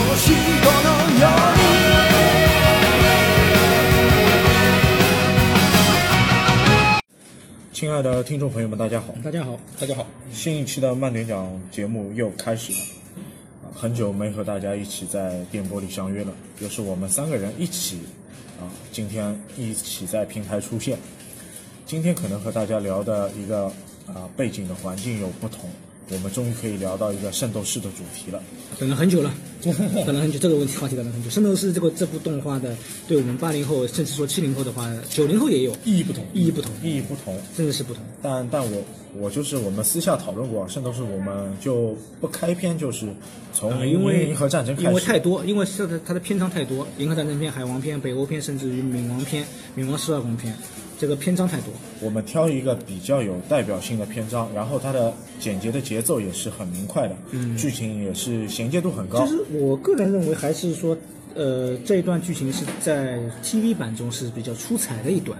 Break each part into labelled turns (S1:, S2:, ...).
S1: 星のように
S2: 亲爱的听众朋友们，大家好！
S3: 大家好，大家好，
S2: 新一期的慢点讲节目又开始了，啊很久没和大家一起在电波里相约了，又是我们三个人一起啊，今天一起在平台出现。今天可能和大家聊的一个啊背景的环境有不同，我们终于可以聊到一个圣斗士的主题了。
S3: 等了很久了，等了很久，这个问题话题等了很久。圣斗士这个这部动画的，对我们八零后，甚至说七零后的话，九零后也有
S2: 意义不同，
S3: 意义不同，
S2: 意义不同。
S3: 真的是不同。
S2: 但但我我就是我们私下讨论过，圣斗士我们就不开篇，就是从
S3: 啊，因
S2: 因
S3: 为
S2: 银河战争开始，
S3: 因为太多，因为它的它的篇章太多，银河战争篇、海王篇、北欧篇，甚至于冥王篇、冥王十二宫篇，这个篇章太多。
S2: 我们挑一个比较有代表性的篇章，然后它的简洁的节奏也是很明快的，
S3: 嗯
S2: 剧情也是衔接度很高
S3: 其。实我个人认为，还是说，呃，这一段剧情是在 TV 版中是比较出彩的一段，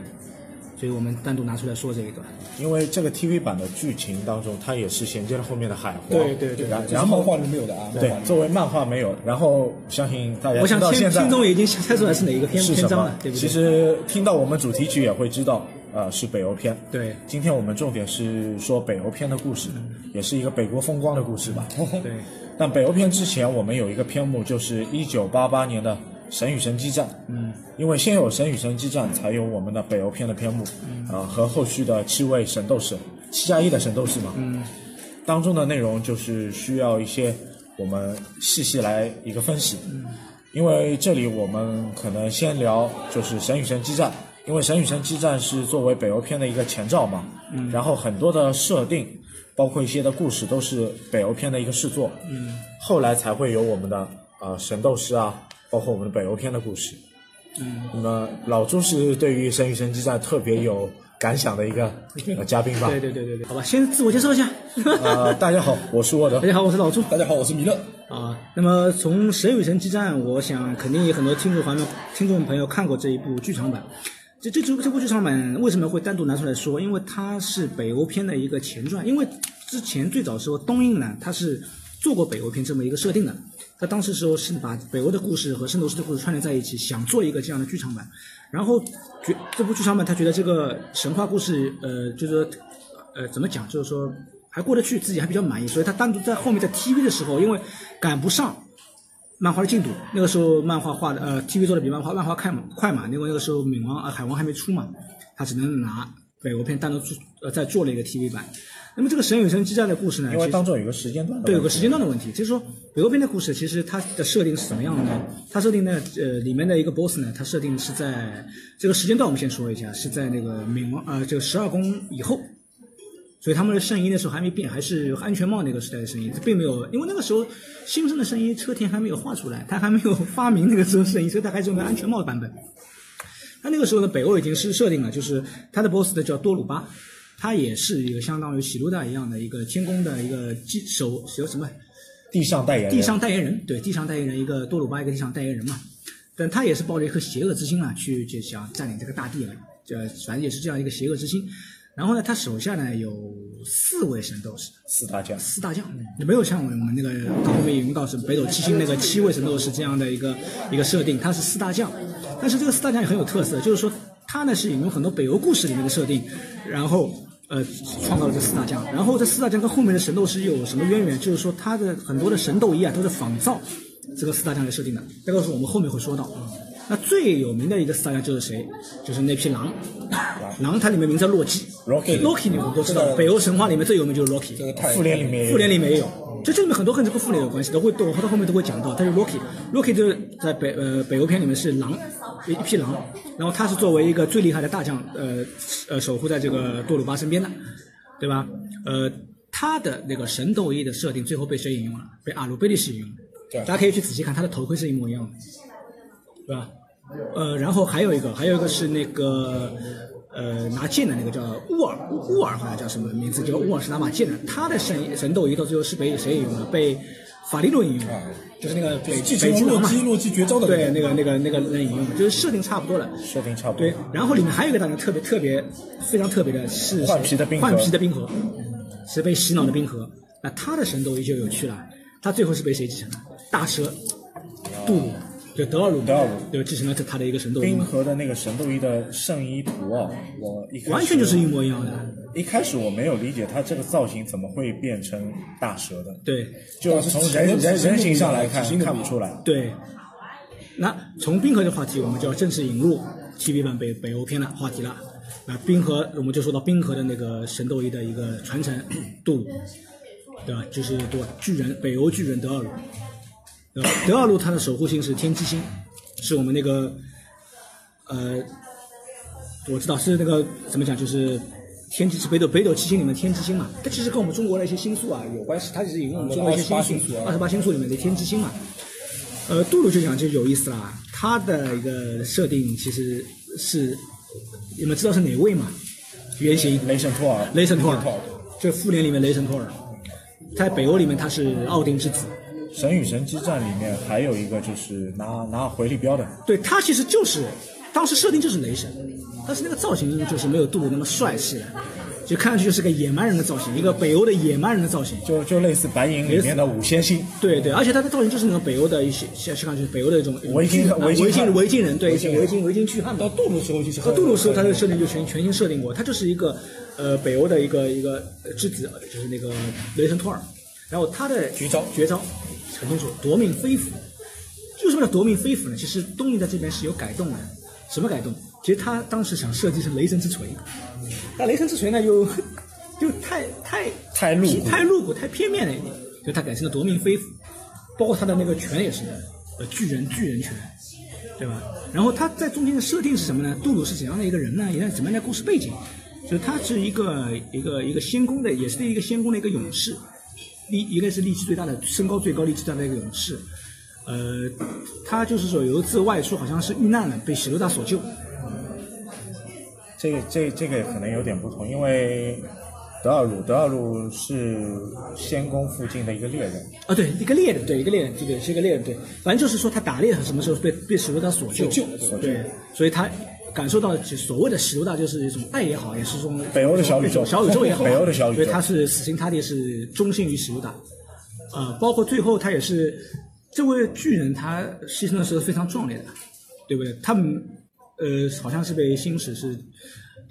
S3: 所以我们单独拿出来说这一段。
S2: 因为这个 TV 版的剧情当中，它也是衔接了后面的海皇，
S3: 对对对
S2: 然
S3: 对
S2: 然后
S4: 漫画里没有的啊，漫
S2: 对
S4: 画里
S2: 作为漫画没有，然后相信大家
S3: 我想
S2: 知道
S3: 听
S2: 哎现在
S3: 听众已经猜出来是哪一个篇
S2: 是
S3: 篇
S2: 什
S3: 章
S2: 么
S3: 了，，对不对？
S2: 其实听到我们主题曲也会知道，呃，是北欧篇。
S3: 对
S2: 今天我们重点是说北欧篇的故事，也是一个北国风光的故事吧。
S3: 对，
S2: 但北欧篇之前，我们有一个篇目，就是一九八八年的《神与神激战》。嗯，因为先有《神与神激战》，才有我们的北欧篇的篇目，
S3: 嗯
S2: 啊、和后续的七位神斗士，七加一的神斗士嘛。嗯，当中的内容就是需要一些我们细细来一个分析。嗯，因为这里我们可能先聊就是《神与神激战》，因为《神与神激战》是作为北欧篇的一个前兆嘛。嗯，然后很多的设定。包括一些的故事都是北欧篇的一个试作，嗯，后来才会有我们的呃神斗士啊，包括我们的北欧篇的故事，嗯，那么老朱是对于《神与神之战》特别有感想的一个、呃、嘉宾吧？
S3: 对对对对对，好吧，先自我介绍一下。
S2: 呃，大家好，我是沃德
S3: 大，家好，我是老朱
S4: 大家好，我是弥勒。
S3: 啊。那么从《神与神之战》，我想肯定有很多听众朋友、听众朋友看过这一部剧场版。这这这这部剧场版为什么会单独拿出来说？因为它是北欧篇的一个前传。因为之前最早时候东映呢，它是做过北欧篇这么一个设定的。它当时时候是把北欧的故事和圣斗士的故事串联在一起，想做一个这样的剧场版。然后觉这部剧场版，他觉得这个神话故事，呃，就是说呃，怎么讲，就是说还过得去，自己还比较满意，所以他单独在后面在 TV 的时候，因为赶不上漫画的进度，那个时候漫画画的呃 TV 做的比漫画漫画快嘛快嘛，因为那个时候冥王呃海王还没出嘛，他只能拿北欧篇单独做呃再做了一个 TV 版。那么这个神与神之战的故事呢，
S2: 因
S3: 其
S2: 为
S3: 实
S2: 当中有个时间段的
S3: 对，有
S2: 问
S3: 个
S2: 题
S3: 时间段的问题。其实说北欧篇的故事，其实它的设定是怎么样的呢？它设定呢，呃，里面的一个 BOSS 呢，它设定是在这个时间段，我们先说一下，是在那个冥王呃这个十二宫以后。所以他们的圣衣那时候还没变，还是安全帽那个时代的圣衣，并没有，因为那个时候新生的圣衣车田还没有画出来，他还没有发明那个时候圣衣，所以他还是用的安全帽的版本。那那个时候呢，北欧已经是设定了，就是他的 boss 呢叫多鲁巴，他也是一个相当于喜多大一样的一个天宫的一个机手手什么
S2: 地上代言人，
S3: 地上代言人，对，地上代言人一个多鲁巴一个地上代言人嘛，但他也是抱着一颗邪恶之心啊，去就想占领这个大地啊，呃，反正也是这样一个邪恶之心。然后呢，他手下呢有四位神斗士，
S2: 四大将，
S3: 四大将，嗯没有像我们那个到后面引用到是北斗七星那个七位神斗士这样的一个一个设定，它是四大将，但是这个四大将也很有特色，就是说它呢是引用很多北欧故事里面的设定，然后呃创造了这四大将，然后这四大将跟后面的神斗士又有什么渊源？就是说它的很多的神斗衣啊都是仿造这个四大将来设定的，这个是我们后面会说到。那最有名的一个四大将就是谁？就是那匹狼，狼它里面名字叫洛基
S2: Rocky
S3: Loki 你们都知道，北欧神话里面最有名就是 Loki，
S4: 这个太
S2: 复联里面也有
S3: 复联里面也有，就这里面很多跟这个复联有关系的，会我到后面都会讲到。但是 Rocky，Rocky 就是在北呃北欧篇里面是狼，一匹狼，然后他是作为一个最厉害的大将，呃呃守护在这个多鲁巴身边的，对吧？呃，他的那个神斗衣的设定最后被谁引用了？被阿鲁贝利斯引用了。
S4: 对
S3: 大家可以去仔细看，他的头盔是一模一样的，对吧？呃，然后还有一个，还有一个是那个呃拿剑的那个叫乌尔，乌尔好像叫什么名字？叫乌尔是拿把剑的，他的神神斗一到最后是被谁引用了？被法利诺引用了，就是那个北
S4: 继
S3: 北
S4: 承
S3: 极
S4: 洛
S3: 狼嘛。
S4: 基洛基绝招的
S3: 对，那个那个那个人引用的，就是设定差不多了。
S2: 设定差不多
S4: 嗯
S3: 对。，然后里面还有一个大家特别特别非常特别的是
S2: 换皮的冰河
S3: 换皮的冰河是被洗脑的冰河。那他的神斗依旧有趣了，他最后是被谁继承了？大蛇杜鲁，就德奥鲁，
S2: 德奥鲁
S3: 对，继承了他的一个神斗衣
S2: 冰
S3: 嘛，
S2: 河的那个神斗衣的圣衣图啊，我一开始
S3: 完全就是一模一样的。
S2: 一开始我没有理解它这个造型怎么会变成大蛇的，
S3: 对
S2: 就从人人人形上来看看不出来。
S3: 对，那从冰河这话题，我们就要正式引入 TV 版北北欧篇的话题了。那冰河，我们就说到冰河的那个神斗衣的一个传承，杜鲁，对吧？就是对吧？巨人，北欧巨人德奥鲁，对吧？德奥鲁他的守护星是天机星，是我们那个呃，我知道是那个怎么讲，就是天机是北斗北斗七星里面的天机星嘛，它其实跟我们中国的一些星宿啊有关系，它其实引用我们中国一些
S2: 28
S3: 星
S2: 星宿啊
S3: 二十八星宿里面的天机星嘛。呃，杜鲁就讲就有意思啦，他的一个设定其实是你们知道是哪位嘛？原型
S2: 雷神托尔，
S3: 雷神
S4: 啊
S3: 托尔
S2: 雷神，啊
S3: 就复联里面雷神托尔，在北欧里面他是奥丁之子，
S2: 神与神之战里面还有一个就是拿拿回力镖的，
S3: 对他其实就是当时设定就是雷神，但是那个造型就是没有杜鲁那么帅气了，就看上去就是个野蛮人的造型，一个北欧的野蛮人的造型。
S2: 就就类似白银里面的五仙星，
S3: 对对，而且他的造型就是那种北欧的一些，像像就是北欧的一种
S2: 维京
S3: 啊
S2: 维京
S3: 维京
S2: 汉
S3: 维京人，对，一些维京维京巨汉嘛。
S4: 到杜鲁时候就是
S3: 和杜鲁斯他的设定就全全新设定过，他就是一个呃北欧的一个一个呃之子，就是那个雷神托尔。然后他的
S4: 绝招
S3: 绝招很清楚，夺命飞斧。就是为了夺命飞斧呢，其实东尼在这边是有改动的。什么改动？其实他当时想设计成雷神之锤，但雷神之锤呢又又太太
S2: 太露骨
S3: 太露骨、太片面了一点，所以他改成了夺命飞斧，包括他的那个拳也是的，呃，巨人巨人拳，对吧？然后他在中间的设定是什么呢？杜鲁是怎样的一个人呢？也是怎么样的故事背景？就是他是一个一个一个仙宫的，也是一个仙宫的一个勇士，力应该是力气最大的，身高最高、力气最大的一个勇士。呃，他就是说有一次外出好像是遇难了，被喜多大所救。
S2: 这个这这个可能有点不同，因为德尔鲁德尔鲁是仙宫附近的一个猎人，
S3: 啊，对，一个猎人，对，一个猎人，这个是一个猎人，对，反正就是说他打猎什么时候被被史罗大所救，
S4: 救
S3: 对对，所以他感受到所谓的史罗大就是一种爱也好，也是一种
S2: 北欧的小宇宙
S3: 小宇宙 也好，啊
S2: 北欧的小宇宙
S3: 所以他是死心塌地是忠心于史罗大，呃，包括最后他也是这位巨人，他牺牲的时候非常壮烈的，对不对？他们呃好像是被星矢是。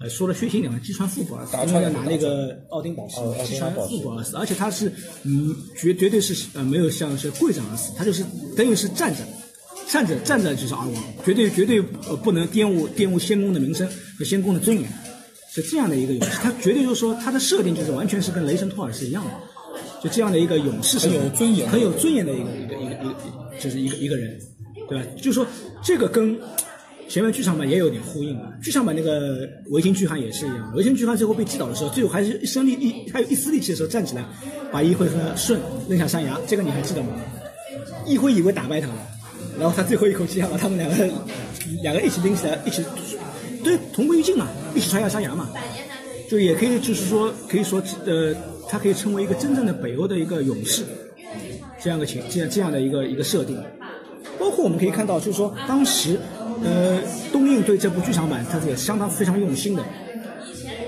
S3: 呃，说了血腥一点嘛，击穿腹部而死，
S4: 打
S3: 因为
S4: 穿
S3: 要
S4: 了
S3: 拿那个奥丁宝石
S2: 哦，奥
S3: 击
S2: 丁
S3: 穿
S2: 宝石
S3: 腹部而死，而且他是嗯，绝绝对是呃没有像是跪着而死，他就是等于是站着，站着站着就是而亡，绝对绝对呃不能玷污玷污仙宫的名声和仙宫的尊严，是这样的一个勇士，他绝对就是说他的设定就是完全是跟雷神托尔是一样的，就这样的一个勇士是
S4: 很有尊严
S3: 很有尊严的一个一个一个一个就是一个一个人，对吧？就说这个跟前面剧场版也有点呼应啊，剧场版那个维京巨汉也是一样，维京巨汉最后被击倒的时候，最后还是一身力一还有一丝力气的时候站起来，把一辉和舜扔下山崖，这个你还记得吗？一辉以为打败他了，然后他最后一口气想把他们两个两个一起拎起来，一起对同归于尽嘛，一起摔下山崖嘛，就也可以就是说可以说呃，他可以成为一个真正的北欧的一个勇士，这样的情这样这样的一个一个设定。包括我们可以看到，就是说当时，呃，东映对这部剧场版它是也相当非常用心的。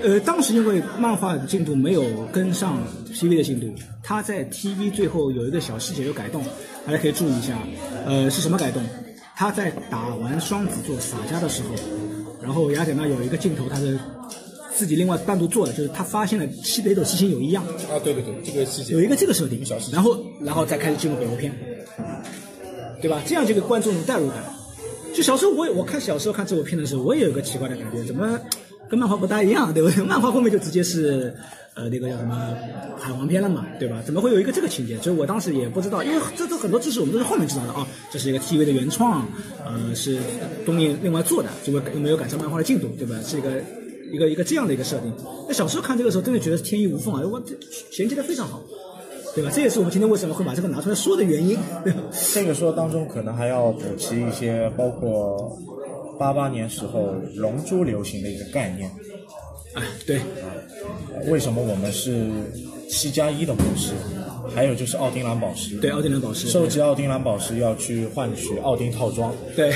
S3: 呃，当时因为漫画的进度没有跟上 TV 的进度，它在 TV 最后有一个小细节有改动，大家可以注意一下。呃，是什么改动？他在打完双子座洒家的时候，然后雅典娜有一个镜头，他是自己另外单独做的，就是他发现了西北斗七星有异样，
S4: 啊，对对对，这个细节
S3: 有一个这个设定
S4: 小细，节
S3: 然后然后再开始进入北欧篇，对吧？这样这个观众有代入感。就小时候我也我看小时候看这部片的时候，我也有一个奇怪的感觉，怎么跟漫画不大一样，对不 对？漫画后面就直接是呃那个叫什么海王篇了嘛，对吧？怎么会有一个这个情节？所以我当时也不知道，因为这这很多知识我们都是后面知道的啊，这是一个 TV 的原创，呃是东映另外做的，就没有没有赶上漫画的进度，对吧？是一个。一个一个这样的一个设定，那小时候看这个时候真的觉得天衣无缝啊！哎我这衔接的非常好，对吧？这也是我们今天为什么会把这个拿出来说的原因，对吧？
S2: 这个说当中可能还要补齐一些，包括八八年时候《龙珠》流行的一个概念。
S3: 哎，对，
S2: 呃为什么我们是七加一的模式？还有就是奥丁蓝宝石，
S3: 对，奥丁蓝宝石，
S2: 收集奥丁蓝宝石要去换取奥丁套装，
S3: 对，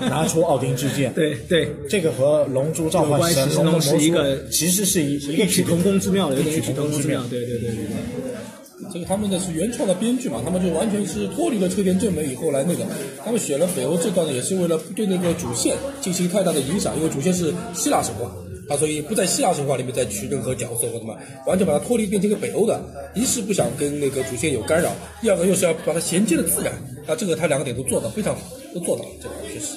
S2: 拿出奥丁之剑。
S3: 对对，
S2: 这个和《龙珠召唤神龙》的魔
S3: 有关系神龙是一
S2: 术
S3: 个
S2: 其实是一一
S3: 异曲同工之妙的，有
S2: 异
S3: 点异
S2: 曲
S3: 曲
S2: 同
S3: 同工
S2: 工
S3: 之
S2: 之
S3: 妙
S2: 妙，。
S3: 对对对对对。
S4: 这个他们的是原创的编剧嘛，他们就完全是脱离了车田正美以后来那个，他们选了北欧这段呢，也是为了不对那个主线进行太大的影响，因为主线是希腊神话，他所以不在希腊神话里面再取任何角色或什么，完全把它脱离变成一个北欧的，一是不想跟那个主线有干扰，第二个又是要把它衔接的自然，那这个他两个点都做到非常好，都做到了，这个确实。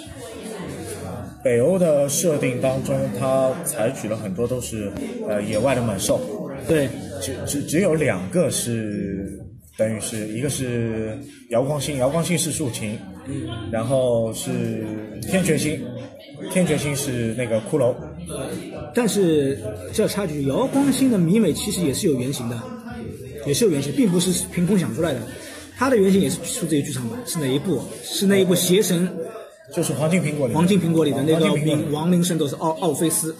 S2: 北欧的设定当中，它采取了很多都是呃野外的猛兽，
S3: 对，
S2: 只只只有两个是等于是一个是遥光星，遥光星是竖琴，然后是天权星，天权星是那个骷髅，
S3: 但是这插曲，遥光星的迷美其实也是有原型的，也是有原型，并不是凭空想出来的。它的原型也是出自于剧场版，是哪一部？是那一部《邪神
S2: 就是黄金苹果里面
S3: 黄金苹果》里的那
S2: 黄
S3: 个
S2: 金苹果哦里
S3: 冥亡灵圣斗士奥奥菲斯。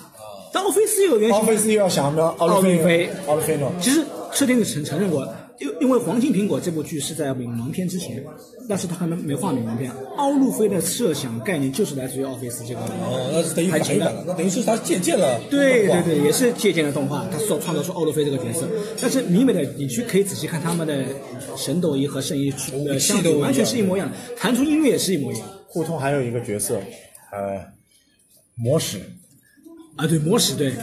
S3: 但奥菲斯也有原
S2: 奥
S3: 型。
S2: 菲斯又要想到奥
S3: 奥
S2: 利
S3: 利菲
S2: 奥利菲诺，
S3: 其实设定承承认过，因因为《黄金苹果》这部剧是在冥王篇之前，但是他还没没画冥王篇。奥路飞的设想概念就是来自于奥菲斯这个。
S4: 哦，那是等于反一版了，那等于是他借鉴了
S3: 对
S4: 动画
S3: 对对，也是借鉴了动画，他所创造出奥洛菲这个角色。但是迷美的，你去可以仔细看他们的神斗衣和圣衣
S2: 哦
S3: 去呃相比，完全是一模一样的，弹出音乐也是一模一样
S2: 互通还有一个角色，呃，魔使，
S3: 啊。对，魔使对，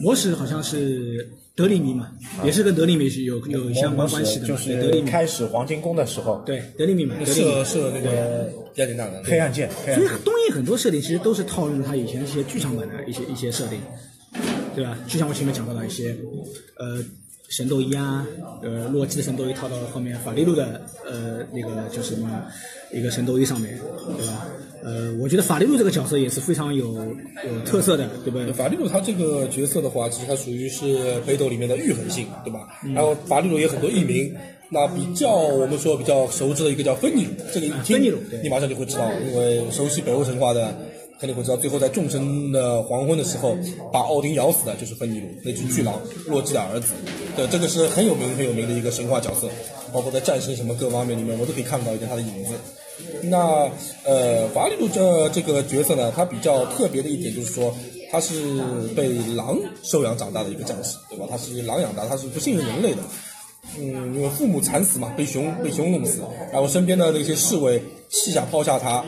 S3: 魔使好像是德里米嘛，也是跟德里米是有有相
S2: 啊魔
S3: 关关系
S2: 使
S3: 的嘛，
S2: 就
S3: 对德
S2: 是
S3: 里米，
S2: 开始黄金宫的时候，
S3: 对德里米嘛，德里米
S4: 射。射那个雅典娜的
S2: 黑暗剑，黑暗
S3: 所以
S2: 剑。
S3: 东映很多设定其实都是套用它以前一些剧场版的一些一些设定，对吧？就像我前面讲到的一些，呃，神斗衣啊，呃，洛基的神斗衣套到后面法力路的呃那个就是什么一个神斗衣上面，对吧？呃，我觉得法力路这个角色也是非常有有特色的，对吧？
S4: 法利鲁他这个角色的话，其实他属于是北斗里面的御痕性，对吧？然后法利鲁也很多艺名，那比较我们说比较熟知的一个叫芬尼鲁，这个一听、
S3: 芬尼鲁对
S4: 你马上就会知道，因为熟悉北欧神话的肯定会知道，最后在众神的黄昏的时候把奥丁咬死的就是芬尼鲁，那只巨狼，洛基的儿子。对，这个是很有名很有名的一个神话角色，包括在战神什么各方面里面，我都可以看到一点他的影子。那呃，法利鲁这这个角色呢，他比较特别的一点就是说，他是被狼收养长大的一个战士，对吧？他是狼养大，他是不信任人类的。嗯，因为父母惨死嘛，被熊被熊弄死，然后身边的那些侍卫弃甲抛下他，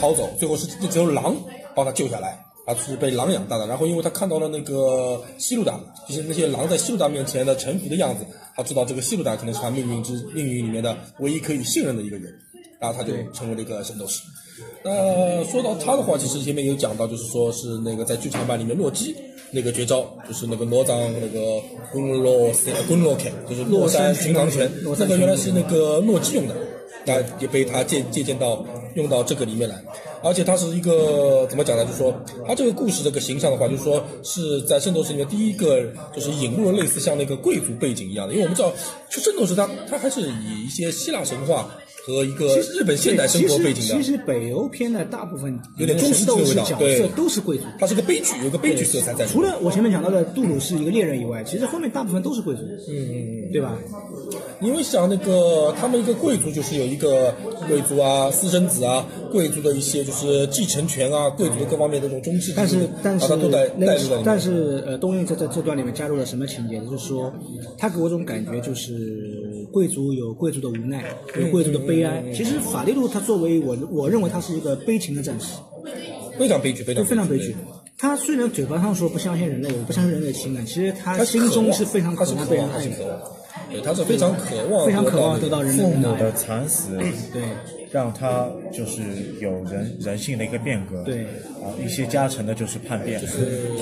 S4: 逃走，最后是只有狼帮他救下来，他是被狼养大的。然后因为他看到了那个西路达，就是那些狼在西路达面前的臣服的样子，他知道这个西路达可能是他命运之命运里面的唯一可以信任的一个人，然后他就成为了一个圣斗士。那说到他的话，其实前面有讲到，就是说是那个在剧场版里面洛基那个绝招，就是那个哪吒那个滚落山滚落拳，就是落山巡航拳，那个原来是那个洛基用的，那也被他借借鉴到用到这个里面来。而且它是一个怎么讲呢？就是说，它这个故事这个形象的话，就是说是在圣斗士里面第一个，就是引入了类似像那个贵族背景一样的，因为我们知道，就圣斗士它它还是以一些希腊神话和一个
S3: 其实
S4: 日本现代生活背景的。
S3: 其实其实北欧片的大部分
S4: 有点中式
S3: 神
S4: 这
S3: 斗
S4: 个
S3: 士
S4: 味道
S3: 角
S4: 对
S3: 色都是贵族，
S4: 它是个悲剧，有个悲剧色彩在里
S3: 除
S4: 面。
S3: 了我前面讲到的杜鲁是一个猎人以外，其实后面大部分都是贵族，嗯嗯，对吧？
S4: 因为想那个他们一个贵族就是有一个贵族啊、私生子啊、贵族的一些就是继承权啊、贵族的各方面的这种中制
S3: 但是但是
S4: 把嗯啊它都带
S3: 那
S4: 带
S3: 个
S4: 入在里面。
S3: 但是呃，东映在这这段里面加入了什么情节？就是说，他给我一种感觉就是贵族有贵族的无奈，
S4: 嗯
S3: 有贵族的悲哀。其实法利路他作为我我认为他是一个悲情的战士，
S4: 非常悲剧，非
S3: 就
S4: 常
S3: 非常悲剧
S4: 对。
S3: 他虽然嘴巴上说不相信人类，我不相信人类的情感，其实他
S4: 他
S3: 心中是非常
S4: 渴
S3: 渴
S4: 望
S3: 望
S4: 他
S3: 被
S4: 是渴
S3: 人
S4: 望，他
S3: 爱
S4: 是
S3: 的，
S4: 渴望，对，他是非常渴望，
S3: 非常渴望得到人类
S2: 父
S3: 的
S2: 母
S3: 爱
S2: 的。惨死，
S3: 对，
S2: 让他就是有人人性的一个变革，
S3: 对
S2: 啊，一些加成的就是叛变，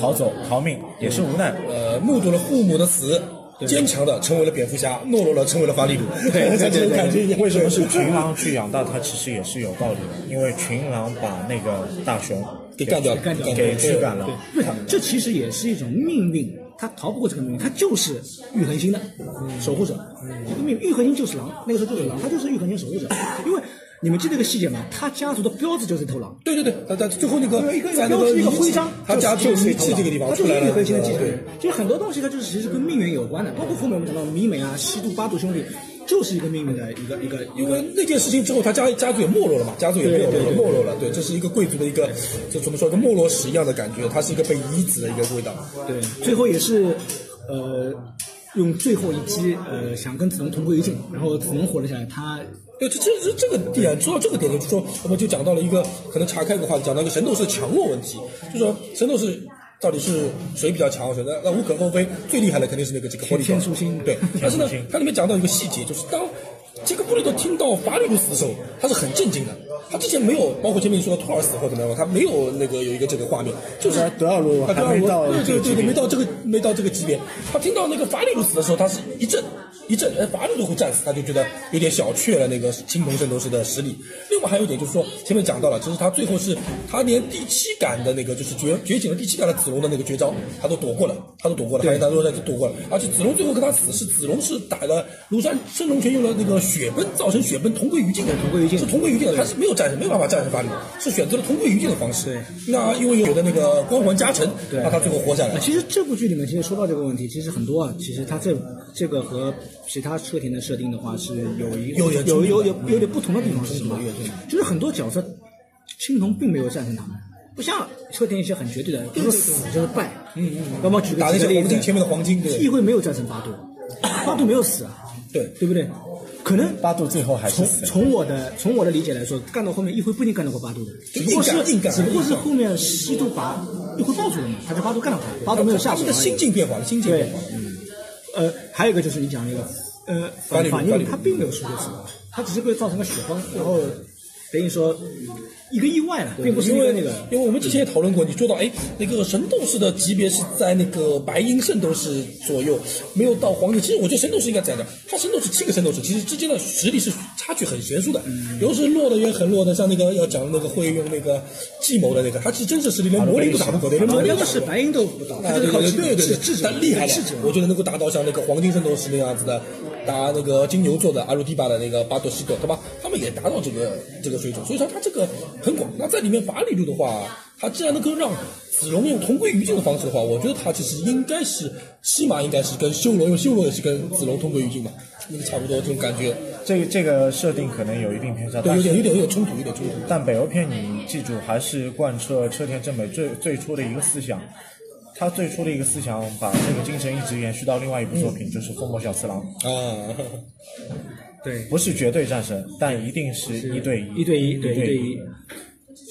S2: 逃走逃命也是无奈，
S4: 呃，目睹了父母的死，坚强的成为了蝙蝠侠，懦弱了成为了法力鲁，对这种感觉一样。
S2: 为什么是群狼去养大它？其实也是有道理的，因为群狼把那个大熊
S4: 给干掉了，
S3: 干掉了
S2: 给驱
S4: 对
S2: 赶了
S3: 对，对，这其实也是一种命运，他逃不过这个命运，他就是玉恒星的守护者。这个命运，玉恒星就是狼，那个时候就是狼，他就是玉恒星守护者。因为你们记得一个细节吗？他家族的标志就是一头狼，
S4: 对对对，他他最后那个
S3: 一个
S4: 在那
S3: 标志一个
S4: 遗
S3: 徽
S4: 址
S3: 章，
S4: 他家
S3: 就
S4: 就是是
S3: 一
S4: 遗
S3: 头
S4: 迹
S3: 狼
S4: 这个地方
S3: 它就
S4: 出
S3: 是
S4: 来了，
S3: 玉恒星的继
S4: 对
S3: 承。就是很多东西它就是其实跟命运有关的，包括后面我们讲到迷美啊、西渡八度兄弟，就是一个命运的一个一个一
S4: 因
S3: 个
S4: 为那件事情之后，他家家族也没落了嘛，家族也没有了，
S3: 对
S4: 也
S3: 对对
S4: 没落了。对，这是一个贵族的一个，就怎么说，跟没落史一样的感觉，它是一个被移植的一个味道。
S3: 对，最后也是，呃，用最后一击，呃，想跟子龙同归于尽，然后子龙活了下来，他
S4: 对，这这这这个点，说到这个点，就是说，我们就讲到了一个可能岔开一个话题，讲到一个神斗士的强弱问题，就说神斗士到底是谁比较强？谁那那无可厚非，最厉害的肯定是那个这个波利多
S3: 天书星
S4: 对，但是
S2: 天书
S4: 呢
S2: 星，
S4: 它里面讲到一个细节，就是当这个布里多听到法律如此的时候，他是很震惊的。他之前没有，包括前面你说的托尔死或怎么样，他没有那个有一个这个画面，就是
S2: 德尔罗
S4: 啊德
S2: 还
S4: 尔
S2: 没
S4: 罗
S2: 到
S4: 对
S2: 这
S4: 对
S2: 个
S4: 对
S2: 级别
S4: 对，没到这个没到这个级别。他听到那个法律如此的时候，他是一震一震，哎，法律都会战死，他就觉得有点小觑了那个青铜圣斗士的实力。另外还有一点就是说，前面讲到了，其实他最后是他连第七感的那个就是觉觉醒了第七感的子龙的那个绝招，他都躲过了，他都躲过了，还有他都在躲过了。而且子龙最后跟他死是子龙是打了庐山升龙拳用了那个雪崩造成雪崩同归于尽的，
S3: 同归于尽
S4: 是同归于尽的，他是没有战胜，没有办法战胜法律，是选择了同归于尽的方式。
S3: 对
S4: 那因为有的那个光环加成，
S3: 对
S4: 让他最后活下来
S3: 啊，。其实这部剧里面其实说到这个问题，其实很多啊。其实它这这个和其他车田的设定的话是有一
S4: 有嗯点
S3: 有
S4: 冲突
S3: 有有有点不同的地方是什么？就是很多角色青铜并没有战胜他们，不像车田一些很绝对的，比如说死就是败。嗯嗯。那么举个
S4: 打了一
S3: 几
S4: 些
S3: 个例
S4: 黄
S3: 子
S4: 金，前面的黄金，对
S3: 议会没有战胜巴杜，巴杜没有死啊，
S4: 对。
S3: 对不对？可能
S2: 巴杜最后还是
S3: 从
S2: 死了。
S3: 从我的从我的理解来说，干到后面议会不一定干得过巴杜的，只
S4: 就
S3: 不过
S4: 硬干
S3: 是
S4: 硬干
S3: 只不过是后面西渡把议会抱住了嘛，他就巴杜干了他，巴杜没有下
S4: 他
S3: 手
S4: 们
S3: 而
S4: 的
S3: 已。
S4: 心境变化了，心境
S3: 对
S4: 变化了。，
S3: 呃，还有一个就是你讲那个，呃，
S4: 法
S3: 反
S4: 律
S3: 反
S4: 法
S3: 应
S4: 律
S3: 它并没有输给死亡，它只是会造成个雪崩，然后等于说一个意外了，并不是
S4: 因
S3: 因为
S4: 为
S3: 那个。
S4: 因为我们之前也讨论过，你说到哎，那个神斗士的级别是在那个白银圣斗士左右，没有到黄金。其实我觉得神斗士应该在的，他神斗士七个神斗士，其实之间的实力是差距很悬殊的，有时弱的也很弱的，像那个要讲的那个会用那个计谋的那个，他其实真实实力连魔灵都打不过，连魔
S3: 那
S4: 灵都打
S3: 个
S4: 不
S3: 是
S4: 过。
S3: 白银都不到，它
S4: 啊，
S3: 就
S4: 对
S3: 是靠
S4: 对
S3: 智
S4: 对
S3: 智
S4: 对，
S3: 智者，
S4: 但厉害了
S3: 智者，
S4: 我觉得能够达到像那个黄金圣斗士那样子的，打那个金牛座的阿鲁迪巴的那个巴多西多，对吧？他们也达到这个这个水准，所以说他这个很广。那在里面法里路的话，他既然能够让子龙用同归于尽的方式的话，我觉得他其实应该是起码应该是跟修罗，因为修罗也是跟子龙同归于尽嘛，那个差不多这种感觉，
S2: 这个这个设定可能有一定偏差，
S4: 对，
S2: 但
S4: 有点
S2: 是
S4: 有点有点冲突，有点冲突。
S2: 但北欧片你记住还是贯彻车田正美最最初的一个思想，他最初的一个思想把这个精神一直延续到另外一部作
S4: 嗯
S2: 品，就是《疯魔小次郎》，
S4: 啊，
S3: 对，
S2: 不是绝对战胜，但一定是一对一，
S3: 一对一，对一对
S2: 对
S3: 一，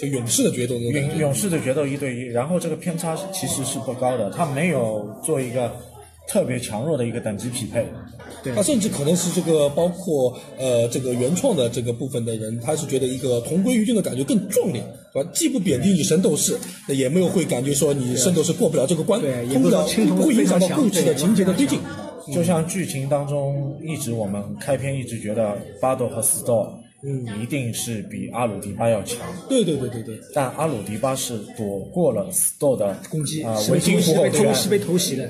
S4: 就勇士的决斗那种感觉
S2: 勇勇士的决斗一对一，然后这个偏差其实是不高的，他没有做一个特别强弱的一个等级匹配。
S4: 他甚至可能是这个包括呃这个原创的这个部分的人，他是觉得一个同归于尽的感觉更壮烈，是吧？既不贬低你神斗士，那也没有会感觉说你神斗士过不了这个关，
S3: 对也
S4: 通
S3: 不
S4: 不
S3: 是
S4: 了
S3: 说青铜，
S4: 会影响
S3: 非
S4: 到
S3: 常强
S4: 故事的情节的推进。
S2: 就像剧情当中，一直我们开篇一直觉得巴豆和斯多，嗯，一定是比阿鲁迪巴要强，
S4: 对对对对对，
S2: 但阿鲁迪巴是躲过了斯多的
S3: 攻击
S2: 啊
S3: 是
S2: 围
S3: 被
S2: 巾
S3: 偷
S2: 护
S3: 袭是
S2: 后
S3: 被
S2: 对
S3: 偷
S2: 吧
S3: 是被偷袭的，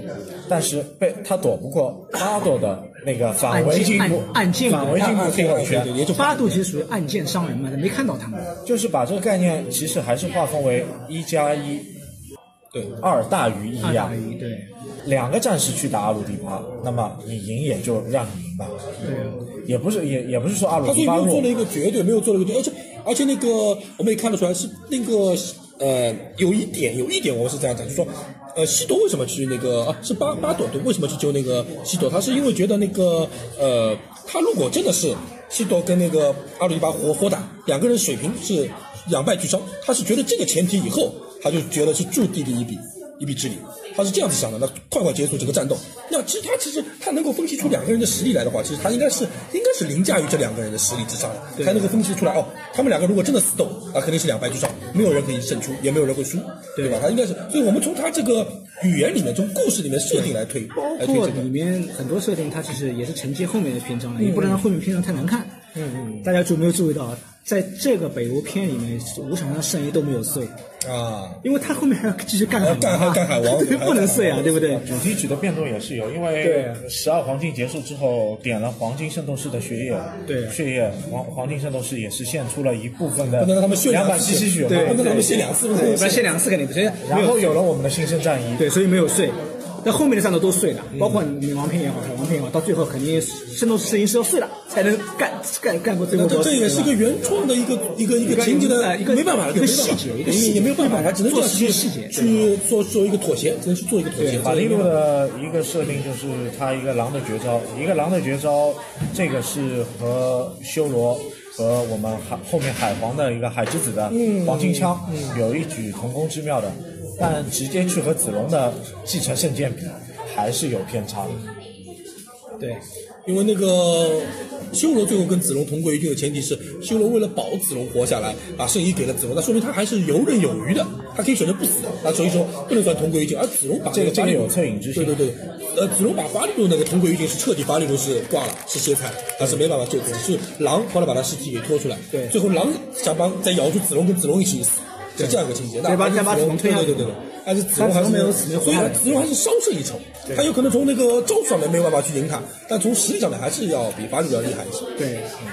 S2: 但是被他躲不过巴豆的那个反围巾
S3: 按
S2: 步
S3: 键按键
S2: 反围巾步
S4: 对
S2: 退后
S4: 对
S2: 拳
S3: 哎
S4: 对，，也就
S3: 八度其实属于暗箭伤人嘛，他没看到他们。
S2: 就是把这个概念其实还是划分为一加一，
S4: 对。
S2: 二大于一
S3: 二
S2: 呀、
S3: 打一，对，
S2: 两个战士去打阿鲁迪巴，那么你赢也就让你赢吧，啊也不是也也不是说阿鲁
S4: 他所
S2: 迪
S4: 以没
S2: 巴
S4: 有
S2: 弱
S4: 做了，一个绝对，没有做了一个绝对，而且而且那个我们也看得出来是那个呃，有一点有一点我是这样讲，就是说。呃，西多为什么去那个啊？是巴巴朵对，为什么去救那个西多？他是因为觉得那个呃，他如果真的是西多跟那个阿鲁伊巴活活打，两个人水平是两败俱伤，他是觉得这个前提以后，他就觉得是注定的一笔一笔之力，他是这样子想的，那快快结束这个战斗。那其实他其实他能够分析出两个人的实力来的话，其实他应该是应该是凌驾于这两个人的实力之上的，才能够分析出来哦。他们两个如果真的死斗，那肯定是两败俱伤，没有人可以胜出，也没有人会输，对吧？他应该是，所以我们从他这个语言里面，从故事里面设定来推，来
S3: 包
S4: 推
S3: 括
S4: 这个嗯
S3: 里。面很多设定，它其实也是承接后面的篇章的，也不能让后面篇章太难看。嗯嗯，大家注没有注意到，在这个北欧篇里面，无场上圣衣都没有碎，
S4: 啊，
S3: 因为他后面还要继续干海王啊
S4: 干海干海王
S3: 对， 不能碎啊，对不对？
S2: 主题曲的变动也是有，因为
S3: 对
S2: 十二黄金结束之后，点了黄金圣斗士的血液，
S3: 对
S2: 血液黄黄金圣斗士也是献出了一部分的
S4: 不能让他们血
S2: 两
S4: 两
S2: 百
S4: 次
S2: 七十血嘛，啊
S4: 不能让他们卸两次，不能让他们卸
S3: 两次肯定不行，
S2: 然后有了我们的新生战衣，
S3: 对，所以没有碎。但后面的战斗都碎了，
S4: 嗯
S3: 包括冥王篇也好，海王篇也好，到最后肯定是圣斗士星矢要碎了，才能干干干过最后
S4: 那
S3: boss
S4: 这
S3: 对吧。
S4: 这也是一个原创的一个一个一个情节的
S3: 呃一个
S4: 没办法，
S3: 一个
S4: 没办法
S3: 细节一个
S4: 也
S3: 细节
S4: 也没有办法，
S3: 没办法
S4: 他只能这样
S3: 做
S4: 去
S3: 一些细节
S4: 去做做一个妥协，只能去做一个妥协。
S2: 法力路的一个设定就是他一个狼的绝招，一个狼的绝招，这个是和修罗和我们海后面海皇的一个海之子的
S3: 嗯
S2: 黄金枪有一举同工之妙的，但直接去和子龙的继承圣剑比，还是有偏差的。
S3: 嗯对，
S4: 因为那个修罗最后跟子龙同归于尽的前提是，修罗为了保子龙活下来，把圣衣给了子龙，那说明他还是游刃有余的，他可以选择不死的。那所以说不能算同归于尽，而子龙把
S2: 这个
S4: 法力
S2: 这个有恻隐之心
S4: 对对对，呃，子龙把法力路那个同归于尽是彻底，法力路是挂了，是歇菜，但是没办法救，只是狼后来把他尸体给拖出来，
S3: 对
S4: 最后狼想帮再咬住子龙，跟子龙一起死。是这样一个情节，那
S3: 对把再把
S4: 子
S3: 子龙推下去
S4: 对对对对，但是子龙
S3: 但
S4: 还是
S3: 子龙没有死没有活
S4: 所以
S3: 下
S4: 他
S3: 来
S4: 子龙还是稍胜一筹，他有可能从那个招数上面没有办法去赢他，但从实力上面还是要比法力要厉害一些。
S3: 对，
S2: 嗯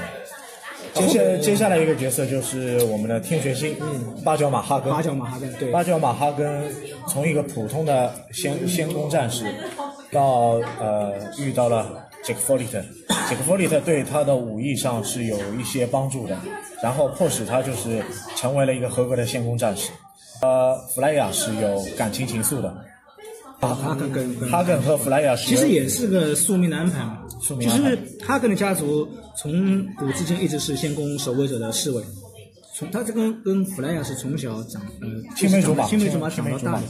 S2: 接下接下来一个角色就是我们的天玄星，嗯，八角马哈根，
S3: 八角马哈根，对，
S2: 八角马哈根从一个普通的先先攻战士，到呃遇到了杰克弗里特，杰克弗里特对他的武艺上是有一些帮助的，然后迫使他就是成为了一个合格的先攻战士。呃，弗莱亚是有感情情愫的，
S3: 哈根跟跟
S2: 哈根和弗莱亚是
S3: 其
S2: 有
S3: 实也是个宿命的安排嘛。
S2: 宿命
S3: 就
S2: 安排
S3: 是哈根的家族从古至今一直是先攻守卫者的侍卫，从他这跟跟弗莱亚是从小长呃
S2: 青梅竹马
S3: 青梅竹马
S2: 青
S3: 长
S2: 梅
S3: 到
S2: 竹马
S3: 大的。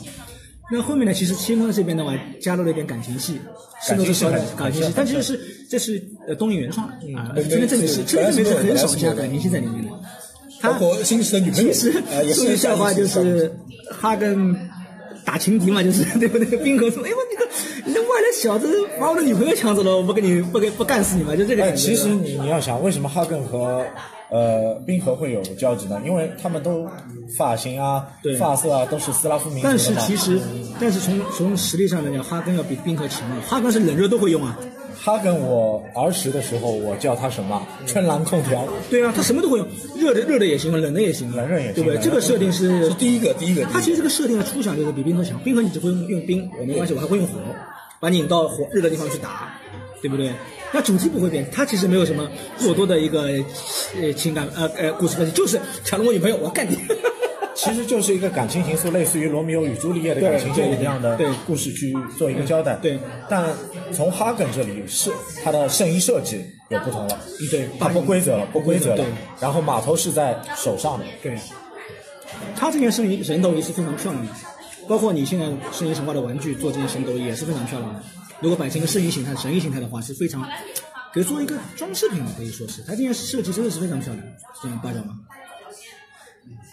S3: 那后面呢？其实青哥这边的话加入了一点感情戏，圣斗士说的
S2: 感
S3: 感
S2: 情戏
S3: 情戏，但其实是这是呃东映原创的啊，
S4: 对
S3: 真的这里是真的
S4: 对
S3: 这里是
S4: 本来
S3: 很少
S4: 是没有
S3: 加感情戏在里面的。他
S4: 包括新时的女朋友
S3: 其实，
S4: 呃也
S3: 说句
S4: 是
S3: 笑话，就是哈根打情敌嘛，就是 对不对？冰河说：“哎呦，你个你这外来小子把我的女朋友抢走了，我不跟你不给不干死你嘛？”就这个
S2: 哎，
S3: 感觉。
S2: 其实你你要想，为什么哈根和呃冰河会有交集呢？因为他们都发型啊
S3: 对、
S2: 发色啊都是斯拉夫民族的
S3: 但
S2: 嘛。
S3: 是其实，但是从从实力上来讲，哈根要比冰河强啊。哈根是冷热都会用啊，
S2: 哈根，我儿时的时候我叫他什么？
S3: 嗯
S2: 春兰空调。
S3: 对啊，他什么都会用，热的热的也行，冷的也行，
S2: 冷的也行
S3: 对不对？
S2: 冷的
S3: 这个设定是
S4: 是第一个第一个，
S3: 它其实这个设定的初想就是比冰河强，冰河你只会用用冰，我没关系，我还会用火，把你引到火热的地方去打，对不对？那主题不会变，它其实没有什么过多的一个呃情感呃呃故事关系，就是抢了我女朋友，我要干你。
S2: 其实就是一个感情情愫，类似于罗密欧与朱丽叶的感情线一样的
S3: 对对
S2: 故事去做一个交代。
S3: 对，
S2: 但从哈根这里是他的圣衣设计有不同了，
S3: 对
S2: 它不规则了，不规则了
S3: 对。
S2: 然后码头是在手上的，
S3: 对，它这件圣衣神斗衣是非常漂亮的，包括你现在圣衣神话的玩具做这件神斗衣也是非常漂亮的。如果摆成一个圣衣形态、神衣形态的话，是非常可以做一个装饰品了，可以说是它这件设计真的是非常漂亮，这样八角吗？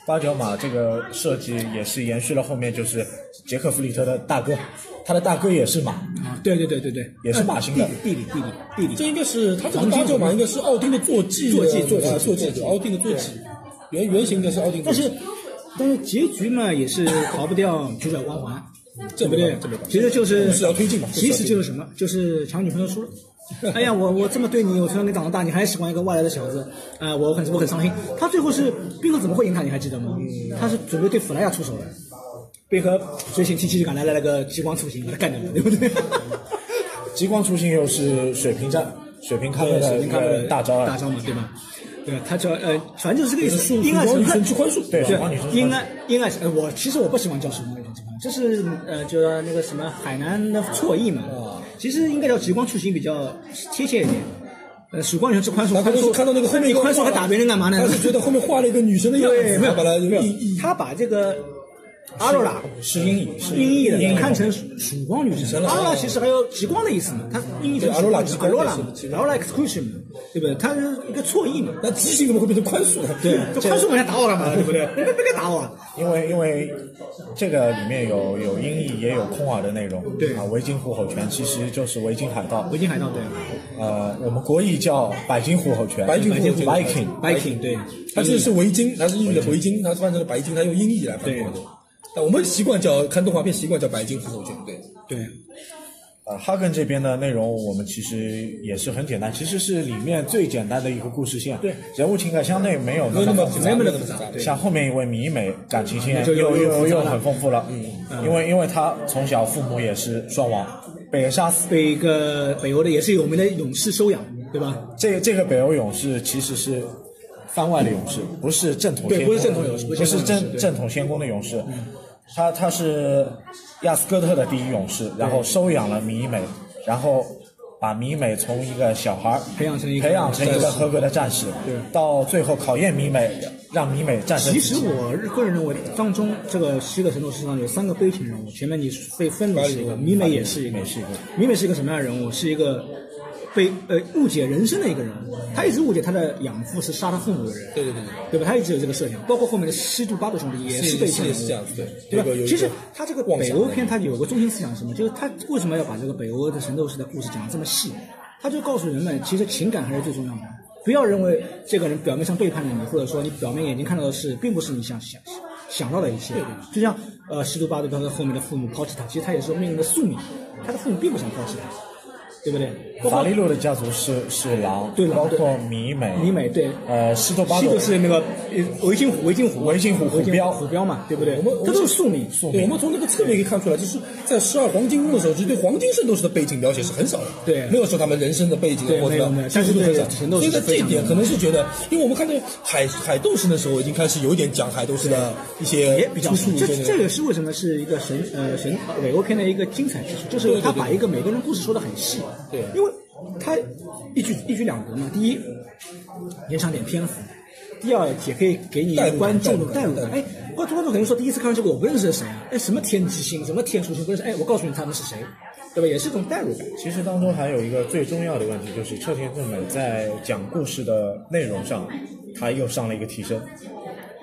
S2: 八角马这个设计也是延续了后面就是杰克弗里特的大哥，他的大哥也是马，
S3: 啊，对对对对对，啊
S2: 也是马型的
S3: 弟弟弟弟弟弟
S4: 这
S3: 弟
S4: 应该是他这个八角马应该是奥丁的坐骑的，
S3: 坐骑
S4: 坐
S3: 坐骑
S4: 坐骑，对奥丁的坐骑，原原型应该是奥丁坐
S3: 但
S4: 骑，
S3: 是但是结局嘛，也是逃不掉九转光环，
S4: 这
S3: 对不
S4: 没
S3: 对
S4: 办法这没办？法
S3: 其实就是
S4: 故事要推进嘛
S3: 其实就是什么，就是抢女朋友输了。哎呀，我我这么对你，我从小给你长到大，你还喜欢一个外来的小子，啊、我很我很伤心。他最后是冰河怎么会赢他？你还记得吗？他是准备对弗莱亚出手的，冰河随行七七就赶来来了个激光出行，把他干掉了，对不对？
S2: 极光出行又是水平战、水平开门的
S3: 水
S2: 一
S3: 平开门
S2: 个
S3: 的
S2: 大招啊
S3: 大。招嘛，对吧？对吧？他叫呃，反正就是这个意思，
S4: 曙
S3: 阴暗
S4: 光
S3: 神
S4: 女神
S3: 恨
S4: 之宽恕，
S2: 对
S3: 对
S4: 是
S2: 曙光女神之，
S3: 应该应该是呃我其实我不喜欢叫什么女神之光，这是呃就是那个什么海南的错译嘛。
S4: 啊
S3: 其实应该叫极光出行比较贴切一点。呃，曙光女神之宽恕，
S4: 他可
S3: 宽
S4: 能是
S3: 恕
S4: 看到那个后面一
S3: 你
S4: 个
S3: 宽恕还打别人干嘛呢
S4: 他？是觉得后面画了一个女神的样
S3: 对，
S4: 子，
S3: 没有
S4: 把它
S3: 没有
S4: 意意，
S3: 他把这个阿若拉
S2: 是音译，是
S3: 音译
S2: 音
S3: 的
S2: 译
S3: 看成曙光女神，阿罗拉其实还有极光的意思嘛，它音译成
S4: 对阿罗拉
S3: 极
S4: 极
S3: 光
S4: 光
S3: 阿罗拉
S4: 对
S3: 嘛
S4: 是，的
S3: 阿罗拉 exclusion 嘛，对不对？它是一个错译嘛，
S4: 那畸形怎么会变成宽恕呢？
S3: 对， 就快速往下打我了 嘛，对不对？别别别打我啊，
S2: 因为因为这个里面有有音译，也有空耳的内容。
S3: 对
S2: 啊，维京虎口拳其实就是维京海盗
S3: 维，京海盗对
S2: 呃，我们国译叫百京虎口拳，
S4: 白金虎口拳
S2: Viking。
S3: ，Viking 对，
S4: 它其实是围巾，它是译的围巾，它翻成了白金，它用音译来翻译的
S3: 对。
S4: 但我们习惯叫看动画片，习惯叫白金虎口拳，对。
S3: 对，
S2: 呃，哈根这边的内容我们其实也是很简单，其实是里面最简单的一个故事线。对，人物情感相对没有
S4: 没有那么
S2: 复
S4: 复
S2: 杂
S4: 杂，
S3: 没有那
S4: 那
S3: 么
S4: 么
S3: 复
S4: 复
S3: 杂
S4: 杂。
S3: 对
S2: 像后面一位迷美感情线
S3: 啊就
S2: 又
S3: 又又
S2: 又
S3: 复杂
S2: 又
S3: 了
S2: 很丰富了，
S4: 嗯
S2: 因为因为他从小父母也是双亡，被人杀死。
S3: 被一个北欧的也是有名的勇士收养，对吧？
S2: 这这个北欧勇士其实是番外的勇士，不是正统
S3: 对
S2: 仙
S3: 不是
S2: 宫
S3: 正统勇士不
S2: 不
S3: 是
S2: 是
S3: 正统勇士
S2: 正
S3: 对嗯
S2: 正统仙宫的勇士，他他是亚斯科特的第一勇士，然后收养了米美，然后把米美从一个小孩儿
S3: 培养成一个
S2: 培养成一
S3: 战士
S2: 个合格的战士，
S3: 对
S2: 到最后考验米美，让米美战胜
S3: 其
S2: 自己。
S3: 实我个人认为，当中这个七个神斗士上有三个悲情人物，前面你被分了是一个，米美也是一个
S2: 米美是一个，
S3: 米美是一个什么样的人物？是一个被呃误解人生的一个人物，他一直误解他的养父是杀他父母的人，
S4: 对对对对。
S3: 对吧？他一直有这个设想，包括后面的西渡巴顿兄弟也
S4: 是
S3: 被
S4: 是
S3: 这样
S4: 是这样子，对，
S3: 对
S4: 有一个
S3: 吧？
S4: 有一
S3: 其实
S4: 个
S3: 他这个
S4: 妄
S3: 北
S4: 想
S3: 欧
S4: 的
S3: 片，它有个中心思想是什么？就是他为什么要把这个北欧的神斗士的故事讲得这么细？他就告诉人们，其实情感还是最重要的。不要认为这个人表面上背叛了你，或者说你表面眼睛看到的是，并不是你想想想到的一切。就像呃，西毒巴对他的后面的父母抛弃他，其实他也是命运的宿命，他的父母并不想抛弃他，对不对？包
S2: 法
S3: 括
S2: 利洛的家族是是狼，
S3: 对狼
S2: 包
S3: 对
S2: 括米美，
S3: 米美对
S2: 呃，施多巴
S3: 西
S2: 顿
S3: 毒是那个呃维京虎，维京虎，
S2: 维京虎虎标
S3: 虎标嘛，对不对？
S4: 我们我
S3: 这都
S4: 们
S3: 是宿命，
S2: 宿
S4: 对，
S2: 命
S4: 我们从这个侧面可以看出来，就是在十二黄金屋的时候，其实对黄金圣斗士的背景描写是很少的，
S3: 对
S4: 没有说他们人生的背景啊
S3: 对
S4: 或
S3: 没
S4: 者
S3: 有
S4: 什
S3: 没
S4: 么
S3: 有
S4: 叙述都很少。
S3: 但是对神斗
S4: 所
S3: 士
S4: 以在这一
S3: 非常
S4: 点，
S3: 的
S4: 可能是觉得，因为我们看到海海斗士的时候，已经开始有点讲海斗士的一些
S3: 也比较
S4: 出处，
S3: 这
S4: 对对
S3: 这
S4: 对
S3: 也是为什么是一个神呃神北欧片的一个精彩之处，就是他把一个每个人故事说的很细。
S4: 对
S3: 因为他一举一举两得嘛，第一延长点篇幅，第二也可以给你
S4: 代入感
S3: 观众的代
S4: 代
S3: 入
S4: 入
S3: 感
S4: 感。
S3: 哎，观众观众肯定说第一次看完这个我不认识是谁啊，哎什么天机星，什么天枢星不认识，哎我告诉你他们是谁，对吧？也是一种代入感。
S2: 其实当中还有一个最重要的问题，就是车田正美在讲故事的内容上，他又上了一个提升。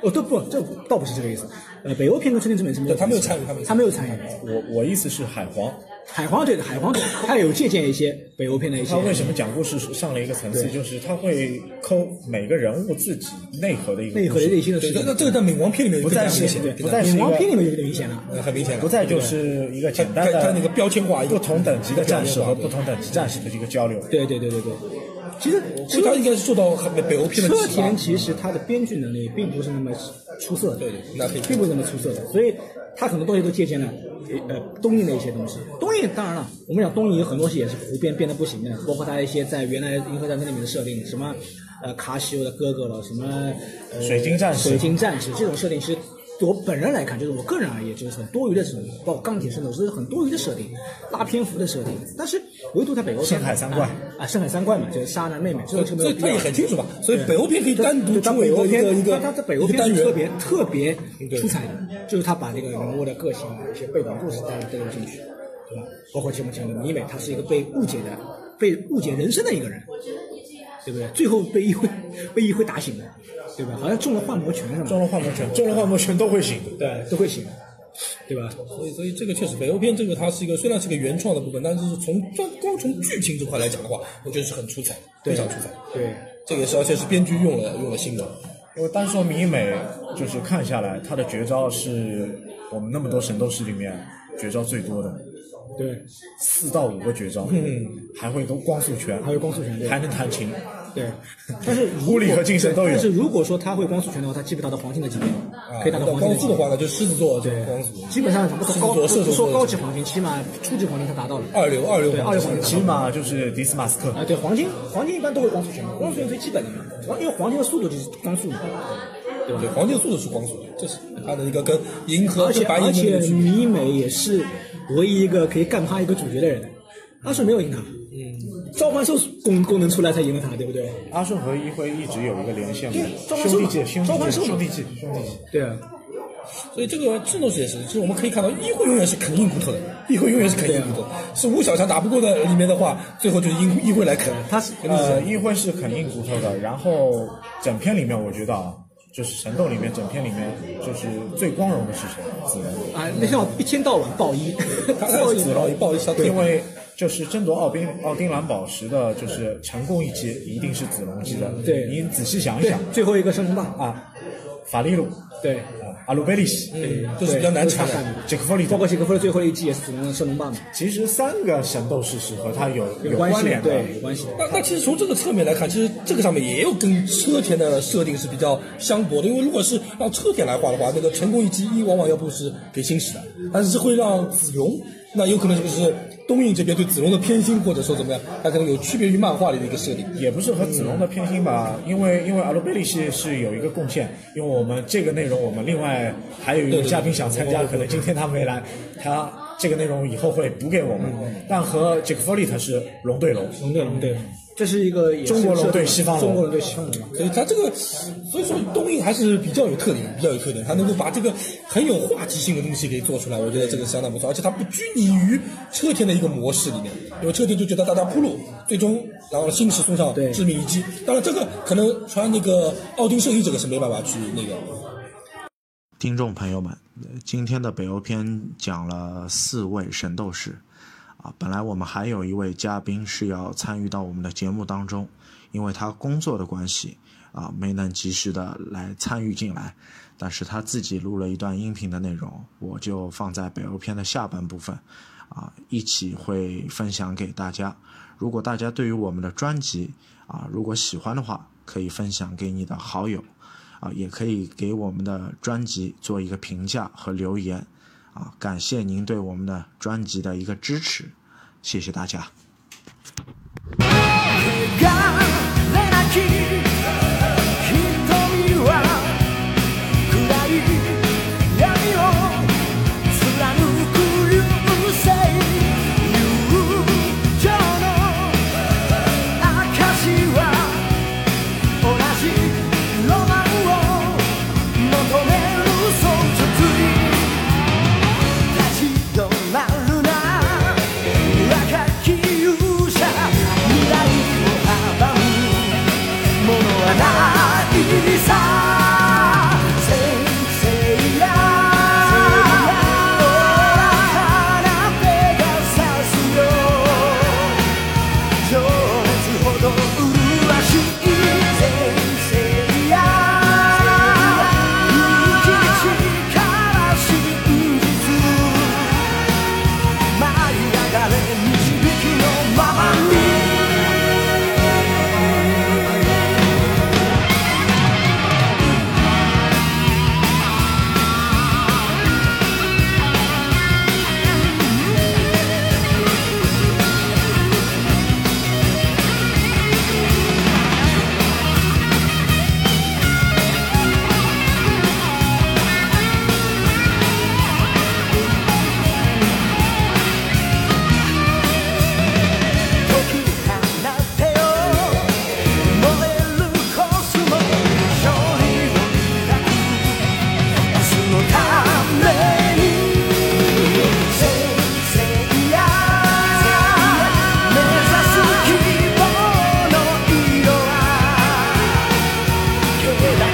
S3: 哦，都不，这倒不是这个意思。呃，北欧片跟春天之美是没有
S4: 对他没有
S3: 关系的
S4: 参与
S3: 他
S4: 他
S3: 没
S4: 没
S3: 有参与。
S2: 我我意思是海皇，
S3: 海皇对的，海皇对，他有借鉴一些北欧片的一些。
S2: 他为什么讲故事上了一个层次，
S3: 对
S2: 就是他会抠每个人物自己内核的一个
S3: 内核
S2: 故
S3: 的
S2: 事
S3: 内心的
S4: 对
S3: 事
S4: 对
S3: 情
S4: 那。这个在冥王篇里面
S2: 不再
S4: 更加
S2: 是
S4: 明显
S2: 对，
S4: 更
S2: 不
S4: 加
S2: 再
S4: 明
S2: 是
S3: 冥
S2: 一
S3: 王篇里
S2: 个，
S3: 面有点明显了。
S4: 显很明显了，
S2: 不再就是一个简单
S4: 他他他那
S2: 的
S4: 个标签化一个
S2: 不同等级的战士和
S4: 标签化
S2: 不同等级战士的这个交流。
S3: 对对对对对，其实
S4: 所以他应该是受到北北欧片的
S3: 车
S4: 启发
S3: 田。其实他的编剧能力并不是那么出色的，
S4: 对对那可以
S3: 并不是那么出色的，所以他很多东西都借鉴了呃东映的一些东西。东映当然了，我们讲东映有很多东西也是胡编编的不行的，包括他一些在原来银河战争里面的设定，什么呃卡西欧的哥哥了，什么、呃、
S2: 水晶战士
S3: 水晶战士这种设定其实对我本人来看，就是我个人而言，就是很多余的这种，包括钢铁圣斗士很多余的设定，大篇幅的设定。但是唯独在北欧片
S2: 深海三怪
S3: 啊啊，深海三怪嘛，就是莎娜妹妹，这个就没有
S4: 所以
S3: 必
S4: 他
S3: 要
S4: 也。很清楚吧，所以北欧片可以
S3: 对
S4: 单独
S3: 对它
S4: 成为
S3: 北
S4: 一
S3: 欧
S4: 个一个
S3: 片，
S4: 一个
S3: 它它在北欧
S4: 一个单
S3: 片是
S4: 元
S3: 特别特别
S4: 对
S3: 出彩的，就是他把这个人物的个性啊一些背景故事带带入进去，对吧？包括前面讲的米美，她是一个被误解的、被误解人生的一个人，对不对？最后被议会被议会打醒的，对吧？好像中了幻魔拳什么的，
S2: 中了幻魔拳，中了幻魔拳都会醒的。
S3: 对都会醒，对吧？
S4: 所以，所以这个确实，北欧片这个它是一个虽然是个原创的部分，但是从光光从剧情这块来讲的话，我觉得是很出彩的，非常出彩。
S3: 对。
S4: 这个也是而且是编剧用了用了心的，
S2: 因为单说米美，就是看下来，她的绝招是我们那么多神斗士里面绝招最多的，
S3: 对
S2: 四到五个绝招，嗯，还会光光速拳，
S3: 还会光速拳对
S2: 还能弹琴，
S3: 对， 但是如果
S2: 物理和精神都有
S3: 但是如果说他会光速拳的话，他基本达到黄金的级别，
S4: 啊，
S3: 可以达到黄金
S4: 光
S3: 级
S4: 速
S3: 别
S4: 的话呢，就狮子座这
S3: 对
S4: 个光速，
S3: 基本上不说高，
S4: 是做射手
S3: 不
S4: 座
S3: 说高级黄金，起码初级黄金它达到了。
S4: 二流二流
S3: 对，二流黄金
S2: 起码就是迪斯马斯克。
S3: 啊，对黄金，黄金一般都会光速拳，光速拳最基本的嘛，黄因为黄金的速度就是光速嘛。
S4: 对，黄金速度是光速，这是它的一个跟银河
S3: 而且
S4: 跟白银
S3: 而
S4: 的一
S3: 且
S4: 个区别。
S3: 米美也是唯一一个可以干趴一个主角的人，阿顺没有赢他，嗯，召唤兽功功能出来才赢了他，对不对？
S2: 阿顺和一辉一直有一个连线嘛
S3: 对召，唤
S2: 兄
S3: 兽
S2: 弟
S3: 嘛
S2: 界，兄
S3: 召
S2: 弟
S3: 唤
S2: 界，
S3: 兽嘛
S2: 兄弟界，兄弟界。
S3: 对啊，
S4: 所以这个智斗士也是，就是我们可以看到，一辉永远是啃硬骨头的，一辉永远是啃硬骨头的，
S3: 啊
S4: 是吴小强打不过的里面的话，最后就是一一辉来啃。
S3: 他是
S2: 呃，一辉是啃硬骨头的，然后整片里面我觉得啊，就是神斗里面整片里面就是最光荣的是谁？子龙，
S3: 啊，那像一天到晚爆一，爆一
S4: 子龙一爆一下退
S2: 因为就是争夺奥丁奥丁蓝宝石的，就是成功一击一定是子龙击的。
S3: 对
S2: 你仔细想一
S3: 对
S2: 想，
S3: 最后一个升龙霸
S2: 啊，法利鲁、啊
S3: 对，嗯
S2: 阿鲁贝利西，
S4: 都是比较难缠的
S3: 对都是他干的
S2: 杰克弗里德
S3: 包括杰克弗的最后一季也是只能射龙霸嘛，
S2: 其实三个神斗士是和他有
S3: 有关
S2: 关
S3: 系
S2: 联
S3: 的，
S2: 的，
S3: 对，有关系的。
S4: 那那其实从这个侧面来看，其实这个上面也有跟车田的设定是比较相悖的，因为如果是让车田来画的话，那个成功一击一往往要不是给星矢的，但是会让子荣，那有可能就是东映这边对子荣的偏心，或者说怎么样，它可能有区别于漫画里的一个设定。
S2: 也不是和子龙的偏心吧，因为因为阿鲁贝利西是有一个贡献，因为我们这个内容我们另外还有一
S4: 对
S2: 个
S4: 对
S2: 嘉宾想参加，可能今天他没来，他这个内容以后会补给我们。但和杰克弗里特是龙对龙，
S3: 嗯龙对龙对，这是一个也是
S2: 中国龙
S3: 设定
S2: 对
S3: 嘛
S2: 西方龙
S3: 中国龙对西方龙嘛。
S4: 所以它这个，所以说东映还是比较有特点，比较有特点，它能够把这个很有话题性的东西给做出来，我觉得这个相当不错，而且它不拘泥于车田的一个模式里面，因为车田就觉得大家铺路，最终然后星矢送上
S3: 对
S4: 致命一击，当然这个可能穿那个奥丁圣衣这个是没办法去那个，
S5: 听众朋友们，呃今天的北欧篇讲了四位神斗士，啊，本来我们还有一位嘉宾是要参与到我们的节目当中，因为他工作的关系，啊，没能及时的来参与进来，但是他自己录了一段音频的内容，我就放在北欧篇的下半部分，啊，一起会分享给大家。如果大家对于我们的专辑啊，如果喜欢的话，可以分享给你的好友。啊，也可以给我们的专辑做一个评价和留言，啊，感谢您对我们的专辑的一个支持，谢谢大家。
S1: 「がれなき瞳は暗い闇を貫く流星」「友情の証は同じロマンを求める存続」立ち止まるな若き勇者未来を阻むものはないさ先生やお花ペガサスよ上手ほど麗しい先生や生き力真実舞い上がれ導きのままに解き放てよ燃えるコスモ勝利を抱く明日のために先生や目指す希望の色は気だ